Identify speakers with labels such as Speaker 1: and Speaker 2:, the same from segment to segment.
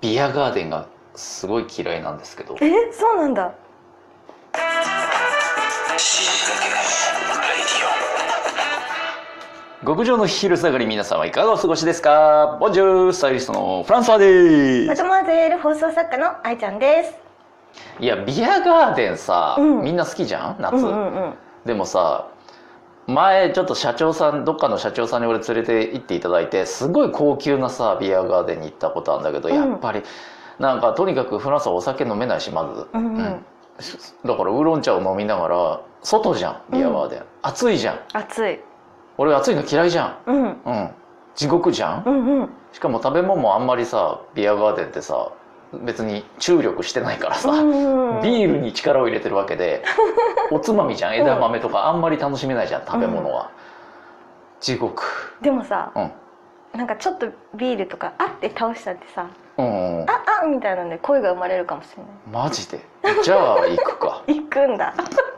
Speaker 1: ビアガーデンがすごい嫌いなんですけど
Speaker 2: えそうなんだ
Speaker 1: 極上の昼下がり皆様いかがお過ごしですかボンジュールスタイリストのフランソワで
Speaker 2: マ
Speaker 1: す
Speaker 2: トマーゼール放送作家の愛ちゃんです
Speaker 1: いやビアガーデンさ、
Speaker 2: うん
Speaker 1: みんな好きじゃん夏、
Speaker 2: うんうんうん
Speaker 1: でもさ前ちょっと社長さんどっかの社長さんに俺連れて行っていただいてすごい高級なさビアガーデンに行ったことあるんだけど、
Speaker 2: うん
Speaker 1: やっぱりなんかとにかくフランスはお酒飲めないしまず、
Speaker 2: うんうん
Speaker 1: だからウーロン茶を飲みながら外じゃんビアガーデン、暑いじゃん
Speaker 2: 暑い
Speaker 1: 俺暑いの嫌いじゃん
Speaker 2: うん
Speaker 1: うん地獄じゃん
Speaker 2: うんうん
Speaker 1: しかも食べ物もあんまりさビアガーデンってさ別に注力してないからさ、
Speaker 2: うんうん
Speaker 1: ビールに力を入れてるわけ でおつまみじゃん枝豆とかあんまり楽しめないじゃん食べ物は、地獄
Speaker 2: でもさ
Speaker 1: うん
Speaker 2: なんかちょっとビールとかあって倒したってさ
Speaker 1: うんうん
Speaker 2: ああみたいなんで声が生まれるかもしれ
Speaker 1: マジでじゃあ行くか
Speaker 2: ない行くんだ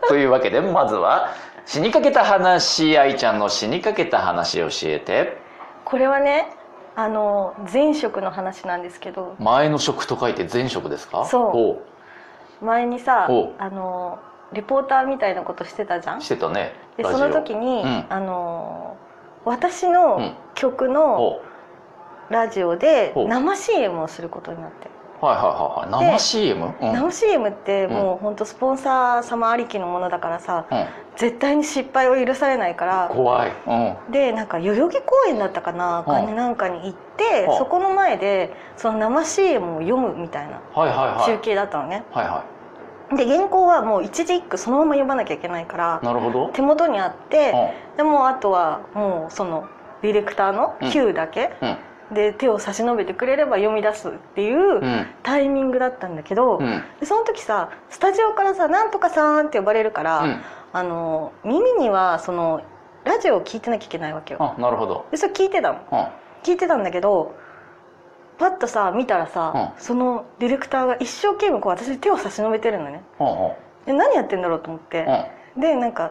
Speaker 1: というわけでまずは死にかけた話愛ちゃんの死にかけた話教えて
Speaker 2: これはねあの前職の話なんですけど
Speaker 1: 前の職と書いて前職ですか
Speaker 2: そ前にさ
Speaker 1: おう
Speaker 2: あのリポーターみたいなことしてたじゃ
Speaker 1: お
Speaker 2: ん
Speaker 1: してたね
Speaker 2: で
Speaker 1: ラジ
Speaker 2: そ
Speaker 1: オ
Speaker 2: の時に、
Speaker 1: うん
Speaker 2: あの私
Speaker 1: う
Speaker 2: の
Speaker 1: ん
Speaker 2: 曲
Speaker 1: お
Speaker 2: のラジオで
Speaker 1: ほう
Speaker 2: 生 CM をすることになって、
Speaker 1: はいはいはいはい生 CM? うん
Speaker 2: 生 CM ってもう本当スポンサー様ありきのものだからさ
Speaker 1: うん
Speaker 2: 絶対に失敗を許されないから
Speaker 1: 怖い、うん、
Speaker 2: でなんか代々木公園だったかな、
Speaker 1: は
Speaker 2: か
Speaker 1: い
Speaker 2: ねなんかに行って
Speaker 1: はい
Speaker 2: そこの前でその生 CM を読むみたいな
Speaker 1: はいはいはい
Speaker 2: 中継だったのね、
Speaker 1: はいは
Speaker 2: で原稿はもう一字一句そのまま読まなきゃいけないから
Speaker 1: いなるほど
Speaker 2: 手元にあって、
Speaker 1: う
Speaker 2: でもうあとはもうそのディレクターの
Speaker 1: うん
Speaker 2: Q だけ、
Speaker 1: んうん
Speaker 2: で手を差し伸べてくれれば読み出すっていう
Speaker 1: うん
Speaker 2: タイミングだったんだけど、
Speaker 1: うん
Speaker 2: でその時さスタジオからさ「なんとかさん」って呼ばれるから、
Speaker 1: うん
Speaker 2: あの耳にはそのラジオを聞いてなきゃいけないわけよ。
Speaker 1: あなるほど
Speaker 2: でそれ聞いてたの
Speaker 1: うん
Speaker 2: 聞いてたんだけどパッとさ見たらさ、
Speaker 1: う
Speaker 2: そのディレクターが一生懸命こう私に手を差し伸べてるのね。
Speaker 1: うんうん
Speaker 2: で何やってんだろうと思って。
Speaker 1: うん
Speaker 2: でなんか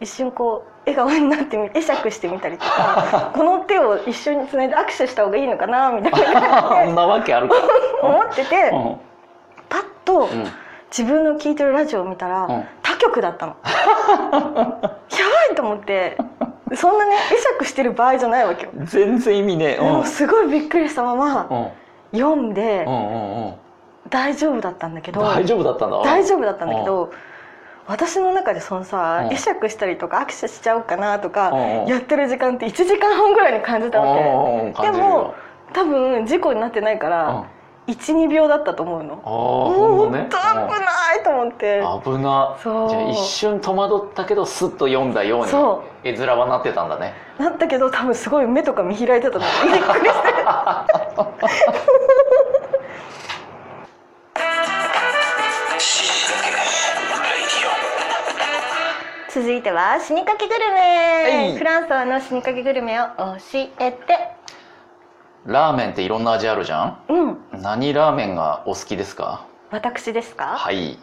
Speaker 2: 一瞬こう笑顔になってみ会釈してみたりと かこの手を一緒につないで握手した方がいいのかなみたいな
Speaker 1: そんなわけあるか
Speaker 2: 思ってて
Speaker 1: うん
Speaker 2: パッと
Speaker 1: うん
Speaker 2: 自分の聞いてるラジオを見たら、
Speaker 1: うん
Speaker 2: 他局だったの やばいと思ってそんなね会釈してる場合じゃないわけよ、
Speaker 1: 全然意味ねえ
Speaker 2: でもすごいびっくりしたま
Speaker 1: う
Speaker 2: ま
Speaker 1: ん
Speaker 2: 読んで
Speaker 1: うんうんうん
Speaker 2: 大丈夫だったんだけど
Speaker 1: 大丈夫だったんだ
Speaker 2: 大丈夫だったんだけど私の中でそのさ
Speaker 1: うん
Speaker 2: 会釈したりとか握手しちゃおうかなとか
Speaker 1: うんうん
Speaker 2: やってる時間って1時間半ぐらいに感じたわ
Speaker 1: うんうんうん
Speaker 2: け
Speaker 1: 感
Speaker 2: で
Speaker 1: じる
Speaker 2: も
Speaker 1: よ
Speaker 2: 多分事故になってないから12秒だったと思う
Speaker 1: ああ
Speaker 2: の
Speaker 1: ほ
Speaker 2: も
Speaker 1: んと
Speaker 2: う危
Speaker 1: ね
Speaker 2: ないと思って
Speaker 1: うん危な
Speaker 2: そう
Speaker 1: じゃあ一瞬戸惑ったけどスッと読んだように
Speaker 2: そ
Speaker 1: 絵面はなってたんだね
Speaker 2: なったけど多分すごい目とか見開いてたのびっくりして続いては死にかけグル
Speaker 1: はい
Speaker 2: メフランソワの死にかけグルメを教えて
Speaker 1: ラーメンっていろんな味あるじゃん
Speaker 2: うん
Speaker 1: 何ラーメンがお好きですか
Speaker 2: 私ですか
Speaker 1: はい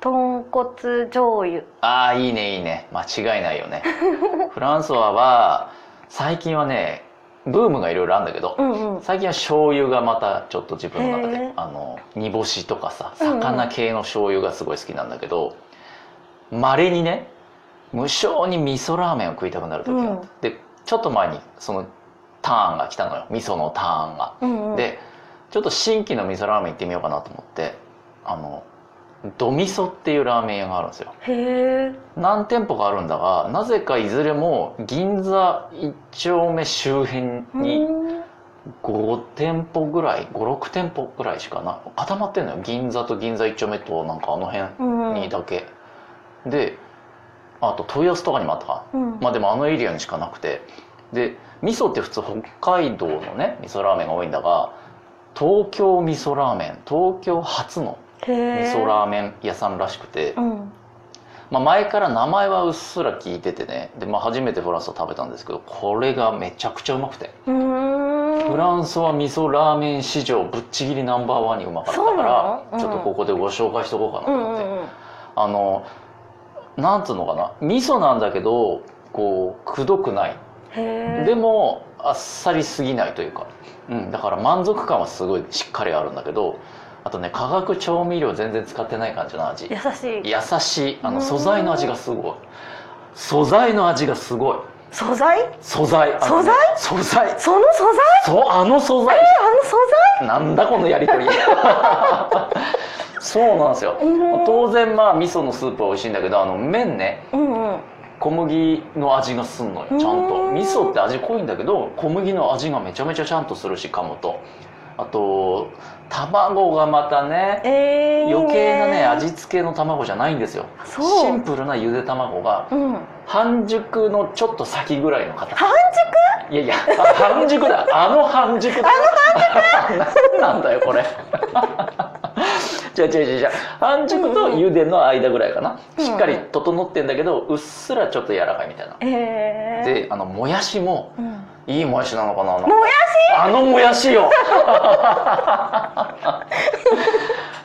Speaker 2: 豚骨醤油
Speaker 1: ああいいねいいね間違いない よねフランソワは最近はねブームがいろいろあるんだけど、
Speaker 2: うんうん
Speaker 1: 最近は醤油がまたちょっと自分の中
Speaker 2: へ
Speaker 1: で
Speaker 2: ー
Speaker 1: あの煮干しとかさ
Speaker 2: うんうん
Speaker 1: 魚系の醤油がすごい好きなんだけどまれ、稀にね無性に味噌ラーメンを食いたくなる時があって、でちょっと前にそのターンが来たのよ味噌のターンが。
Speaker 2: うんうん
Speaker 1: でちょっと新規の味噌ラーメン行ってみようかなと思ってあのドミソっていうラーメン屋があるんですよ。
Speaker 2: へえ
Speaker 1: 何店舗かあるんだがなぜかいずれも銀座1丁目周辺に5店舗ぐらい56店舗ぐらいしかな固まってんのよ銀座と銀座1丁目となんかあの辺にだけ、であと豊洲とかにもあったか
Speaker 2: うん
Speaker 1: まあでもあのエリアにしかなくてで味噌って普通北海道のね味噌ラーメンが多いんだが東京味噌ラーメン東京初の
Speaker 2: へ
Speaker 1: 味
Speaker 2: え
Speaker 1: 噌ラーメン屋さんらしくて、
Speaker 2: うん
Speaker 1: まあ、前から名前はうっすら聞いててねで、まあ、初めてフランスを食べたんですけどこれがめちゃくちゃうまくて、
Speaker 2: うーん
Speaker 1: フランスは味噌ラーメン史上ぶっちぎりナンバーワンにうまかったから、
Speaker 2: そうなのうん
Speaker 1: ちょっとここでご紹介しとこうかな
Speaker 2: う
Speaker 1: と
Speaker 2: ん
Speaker 1: 思っ
Speaker 2: う
Speaker 1: て、
Speaker 2: んうん
Speaker 1: あのなんつうのかな味噌なんだけどこうくどくない、
Speaker 2: へえ
Speaker 1: でもあっさりすぎないというか、うん、だから満足感はすごいしっかりあるんだけどあとね化学調味料全然使ってない感じの味
Speaker 2: 優しい
Speaker 1: 優しいあ
Speaker 2: う
Speaker 1: の
Speaker 2: ん
Speaker 1: 素材の味がすごい素材の味がすごい
Speaker 2: 素材
Speaker 1: 素材あのね素材
Speaker 2: その素材
Speaker 1: そうあの素材
Speaker 2: あの素
Speaker 1: なんだこのやりとりそうなんですよ
Speaker 2: 材うん
Speaker 1: 当然まあ味噌のスープは美味しいんだけどあの麺ね
Speaker 2: うんうん
Speaker 1: 小麦の味がすんのよちゃん
Speaker 2: う
Speaker 1: と
Speaker 2: ん
Speaker 1: 味噌って味濃いんだけど小麦の味がめちゃめちゃちゃんとするし鴨とあと卵がまたね
Speaker 2: えー、いいね
Speaker 1: 余計なね味付けの卵じゃないんですよ
Speaker 2: そう
Speaker 1: シンプルなゆで卵が
Speaker 2: うん
Speaker 1: 半熟のちょっと先ぐらいの方
Speaker 2: 半
Speaker 1: いやいやあ半熟だあの半熟だあの半熟なんだよこれじゃあじゃあじゃあじゃあ半熟と茹での間ぐらいかな、
Speaker 2: うん
Speaker 1: しっかり整ってんだけどうっすらちょっと柔らかいみたいな
Speaker 2: 熟えー、
Speaker 1: であのもやしも
Speaker 2: うん、
Speaker 1: いいもやしなのかな
Speaker 2: もや
Speaker 1: あのもやしよ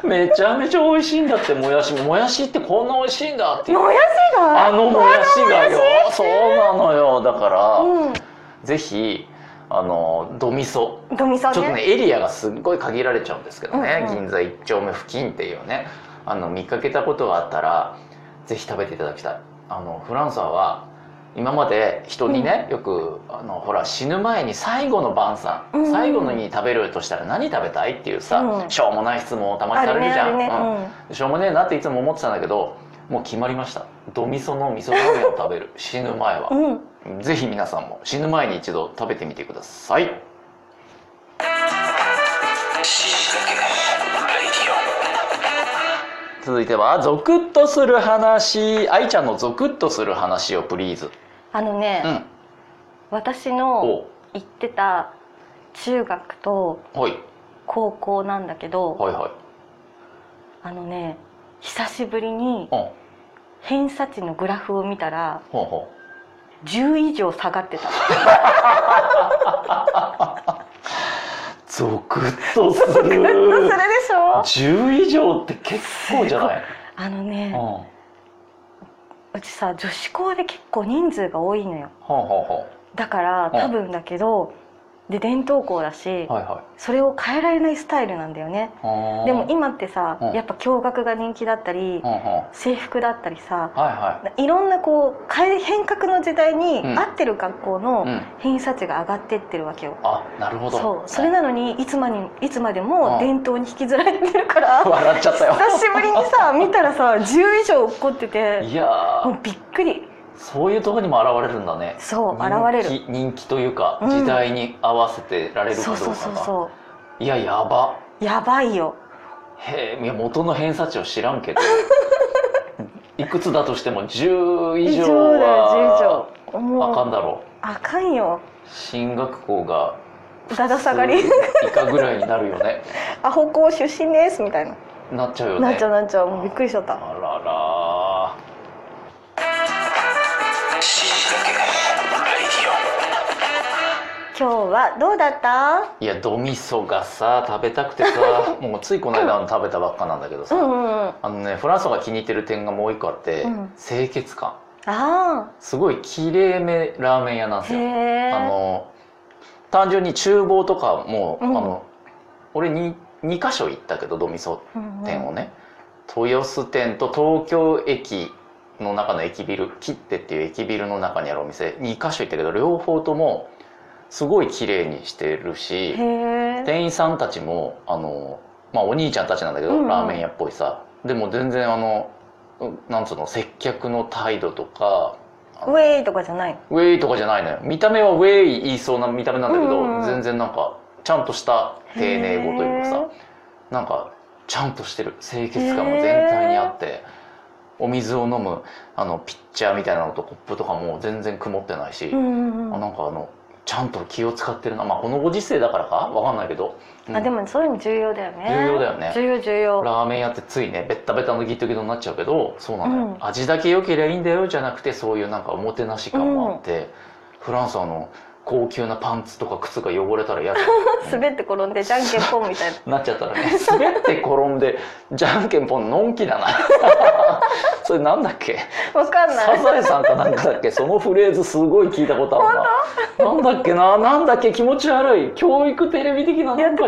Speaker 1: めちゃめちゃ美味しいんだってもやしもやしってこんな美味しいんだって
Speaker 2: しもやしが
Speaker 1: あのもやしがよそうなのよだから、
Speaker 2: う
Speaker 1: ぜひあのドミソ
Speaker 2: んドミソね
Speaker 1: ちょっとねエリアがすっごい限られちゃうんですけどね、
Speaker 2: うんうん
Speaker 1: 銀座1丁目付近っていうねあの見かけたことがあったらぜひ食べていただきたいあのフランサは今まで人にね、よくあのほら死ぬ前に最後の晩餐、
Speaker 2: うんうん
Speaker 1: 最後のに食べるとしたら何食べたいっていうさ、
Speaker 2: うん
Speaker 1: しょうもない質問をたま
Speaker 2: あ
Speaker 1: にさ
Speaker 2: る
Speaker 1: れ
Speaker 2: ね
Speaker 1: るじ
Speaker 2: あ
Speaker 1: ゃ
Speaker 2: る
Speaker 1: ん、
Speaker 2: ね
Speaker 1: うんしょうもねえなっていつも思ってたんだけどもう決まりましたドミソの味噌ラーメンを食べる死ぬ前は
Speaker 2: う、ん、うん
Speaker 1: ぜひ皆さんも死ぬ前に一度食べてみてください続いてはゾクッとする話愛ちゃんのゾクッとする話をプリーズ
Speaker 2: あのね、
Speaker 1: うん
Speaker 2: 私の
Speaker 1: お
Speaker 2: 行ってた中学と
Speaker 1: はい
Speaker 2: 高校なんだけど、
Speaker 1: はいは
Speaker 2: あのね久しぶりに
Speaker 1: いうん
Speaker 2: 偏差値のグラフを見たら
Speaker 1: ほうほ
Speaker 2: 10以上下がって た
Speaker 1: うゾクッとす
Speaker 2: グッとする
Speaker 1: る
Speaker 2: でしょ
Speaker 1: 10以上って結構じゃない
Speaker 2: あの
Speaker 1: うん
Speaker 2: ね
Speaker 1: ほ
Speaker 2: うちさ女子校で結構人数が多いのよ
Speaker 1: うほうほ
Speaker 2: だから
Speaker 1: うん
Speaker 2: 多分だけどで伝統校だし、
Speaker 1: うはいは
Speaker 2: それを変えられないスタイルなんだよね
Speaker 1: いあー
Speaker 2: でも今ってさ
Speaker 1: うん
Speaker 2: やっぱ共学が人気だったり
Speaker 1: うんうんは
Speaker 2: 制服だったりさ
Speaker 1: いはい
Speaker 2: ろんなこう変え変革の時代に
Speaker 1: うん
Speaker 2: 合ってる学
Speaker 1: い
Speaker 2: 校
Speaker 1: う
Speaker 2: の
Speaker 1: ん
Speaker 2: 偏差値が上がってってるわけよ、
Speaker 1: あなるほど
Speaker 2: そうそれなのにいつまにいつまで
Speaker 1: う
Speaker 2: も
Speaker 1: ん
Speaker 2: 伝統に引きずられてるから 久
Speaker 1: 笑っちゃったよ
Speaker 2: しぶりにさ見たらさ10以上落っこってて
Speaker 1: いや
Speaker 2: も
Speaker 1: ー
Speaker 2: うびっくり
Speaker 1: そういうところにも現れるんだね
Speaker 2: そう現れる
Speaker 1: 人気人気というか、
Speaker 2: うん
Speaker 1: 時代に合わせてられるかど
Speaker 2: そう
Speaker 1: か
Speaker 2: うそうそうそ
Speaker 1: いややば
Speaker 2: うやばいよ
Speaker 1: へえいや元の偏差値を知らん けどいくつだとしても10以上
Speaker 2: だよ
Speaker 1: は
Speaker 2: 10以上もう
Speaker 1: あかんだろう
Speaker 2: あかんよ
Speaker 1: 進学校が
Speaker 2: だだ下がり
Speaker 1: 普通以下ぐらいになるよね
Speaker 2: アホ校出身ですみたいな、
Speaker 1: なっちゃうよね
Speaker 2: なっちゃうなっちゃうもうびっくりしちゃった
Speaker 1: あらら
Speaker 2: 今日はどうだった
Speaker 1: いやドミソがさ食べたくてさもうついこの間食べたばっかなんだけど
Speaker 2: う
Speaker 1: さ、
Speaker 2: んうんうんあ
Speaker 1: あのねフランソが気に入ってる点がもう一個あって、
Speaker 2: うん
Speaker 1: 清潔感
Speaker 2: あ
Speaker 1: すごいきれいめラーメン屋なんです
Speaker 2: へ
Speaker 1: よ
Speaker 2: え
Speaker 1: あの単純に厨房とかも、
Speaker 2: うん
Speaker 1: あの俺に2箇所行ったけどドミソ
Speaker 2: うんうん
Speaker 1: 店をね、豊洲店と東京駅の中の駅ビル切手っていう駅ビルの中にあるお店2箇所行ったけど両方ともすごい綺麗にしてるし
Speaker 2: へえ
Speaker 1: 店員さんたちもあの、まあ、お兄ちゃんたちなんだけど、
Speaker 2: うんうん
Speaker 1: ラーメン屋っぽいさでも全然あのうんなんつうの接客の態度とか
Speaker 2: ウェイとかじゃない
Speaker 1: ウェイとかじゃないのよ見た目はウェイ言いそうな見た目なんだけど、
Speaker 2: うんうん
Speaker 1: 全然なんかちゃんとした丁寧語というか
Speaker 2: へ
Speaker 1: さなんかちゃんとしてる清潔感も全体にあってお水を飲むあのピッチャーみたいなのとコップとかも全然曇ってないし、
Speaker 2: うんうんう
Speaker 1: あ
Speaker 2: ん
Speaker 1: なんかあのちゃんと気を使ってるな、まあ、このご時世だからかわかんないけど、うん
Speaker 2: あでもそういうの重要だよね
Speaker 1: 重要だよね
Speaker 2: 重要重要
Speaker 1: ラーメン屋ってついねベッタベタのギトギトになっちゃうけどそうなのよ、
Speaker 2: うん
Speaker 1: 味だけ良ければいいんだよじゃなくてそういうなんかおもてなし感もあって、フランスはあの高級なパンツとか靴が汚れたら 嫌だ
Speaker 2: 滑って転んでじゃんけんぽんみたいな
Speaker 1: なっちゃったらね滑って転んでじゃんけんぽんのんきだな それなんだっけ
Speaker 2: わかんな
Speaker 1: サ
Speaker 2: い
Speaker 1: ザエさんかなんかだっけそのフレーズすごい聞いたことあるな。なんだっけななんだっけ気持ち悪い。教育テレビ的なな
Speaker 2: やっ
Speaker 1: ん
Speaker 2: て
Speaker 1: か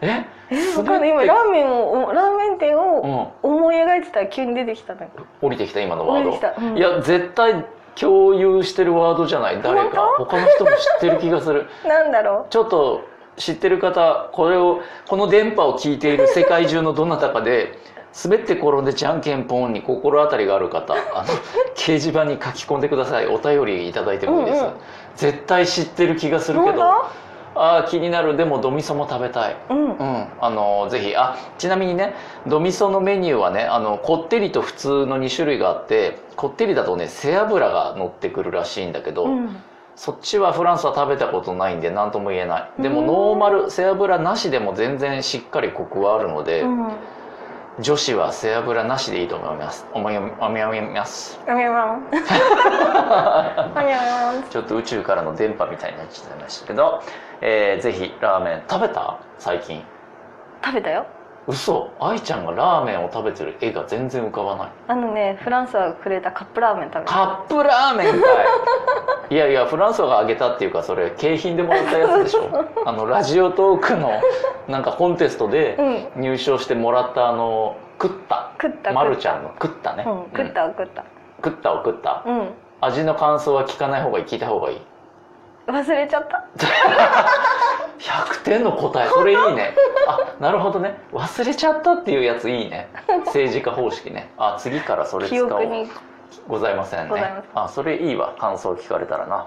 Speaker 1: で。
Speaker 2: た
Speaker 1: え
Speaker 2: えわかんない今ラーメンをラーメン店
Speaker 1: う
Speaker 2: を
Speaker 1: ん。
Speaker 2: 思い描いてたら急に出てきたなんか
Speaker 1: 降りてきた今のワ
Speaker 2: 出
Speaker 1: ー
Speaker 2: て
Speaker 1: ド。
Speaker 2: きた、うん
Speaker 1: いや絶対共有してるワードじゃない誰か他の人も知ってる気がする
Speaker 2: なんだろ
Speaker 1: ちょっと知ってる方これをこの電波を聞いている世界中のどなたかで滑って転んでじゃんけんポンに心当たりがある方あの 掲示板に書き込んでくださいお便りいただいてもいいです、
Speaker 2: うんうん
Speaker 1: 絶対知ってる気がす
Speaker 2: う
Speaker 1: るけどあ
Speaker 2: 本
Speaker 1: あー気になるでもドミソも食べたい
Speaker 2: 当うん
Speaker 1: うん、あのぜひあちなみにねドミソのメニューはねあのこってりと普通の2種類があってこってりだとね背脂が乗ってくるらしいんだけど、
Speaker 2: うん
Speaker 1: そっちはフランスは食べたことないんで何とも言えないでも
Speaker 2: うん
Speaker 1: ノーマル背脂なしでも全然しっかりコクはあるので、
Speaker 2: うん
Speaker 1: 女子は背脂なしでいいと思います思い思い思います
Speaker 2: あみゃまんあみゃまん
Speaker 1: ちょっと宇宙からの電波みたいになっちゃいましたけど、えー、ぜひラーメン食べた最近
Speaker 2: 食べたよ
Speaker 1: 嘘愛ちゃんがラーメンを食べてる絵が全然浮かばない
Speaker 2: あのねフランスはくれたカップラーメン食べた
Speaker 1: カップラーメンかいいやいやフランソがあげたっていうかそれ景品でもらったやつでし ょあのラジオトークのなんかコンテストで
Speaker 2: うん
Speaker 1: 入賞してもらったあのクッタ
Speaker 2: 食った
Speaker 1: ま
Speaker 2: 食
Speaker 1: る
Speaker 2: っ
Speaker 1: ちゃんのクッタね、
Speaker 2: たうん食っ
Speaker 1: うん
Speaker 2: た食った
Speaker 1: クッタを食った
Speaker 2: うん
Speaker 1: 味の感想は聞かない方がいい聞いた方がいい
Speaker 2: 忘れちゃった
Speaker 1: 100点の答えそれいいねあなるほどね忘れちゃったっていうやついいね政治家方式ねあ次からそれ使
Speaker 2: 記
Speaker 1: おう
Speaker 2: 憶に
Speaker 1: ございませんね
Speaker 2: ございません
Speaker 1: あそれいいわ感想聞かれたらな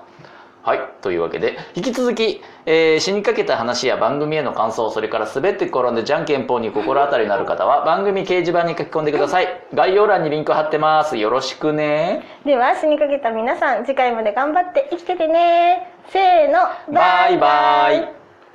Speaker 1: はいというわけで引き続き、えー死にかけた話や番組への感想それから滑って転んでじゃんけんぽんに心当たりのある方は番組掲示板に書き込んでください概要欄にリンク貼ってますよろしくね
Speaker 2: では死にかけた皆さん次回まで頑張って生きててねせーの
Speaker 1: バイバイ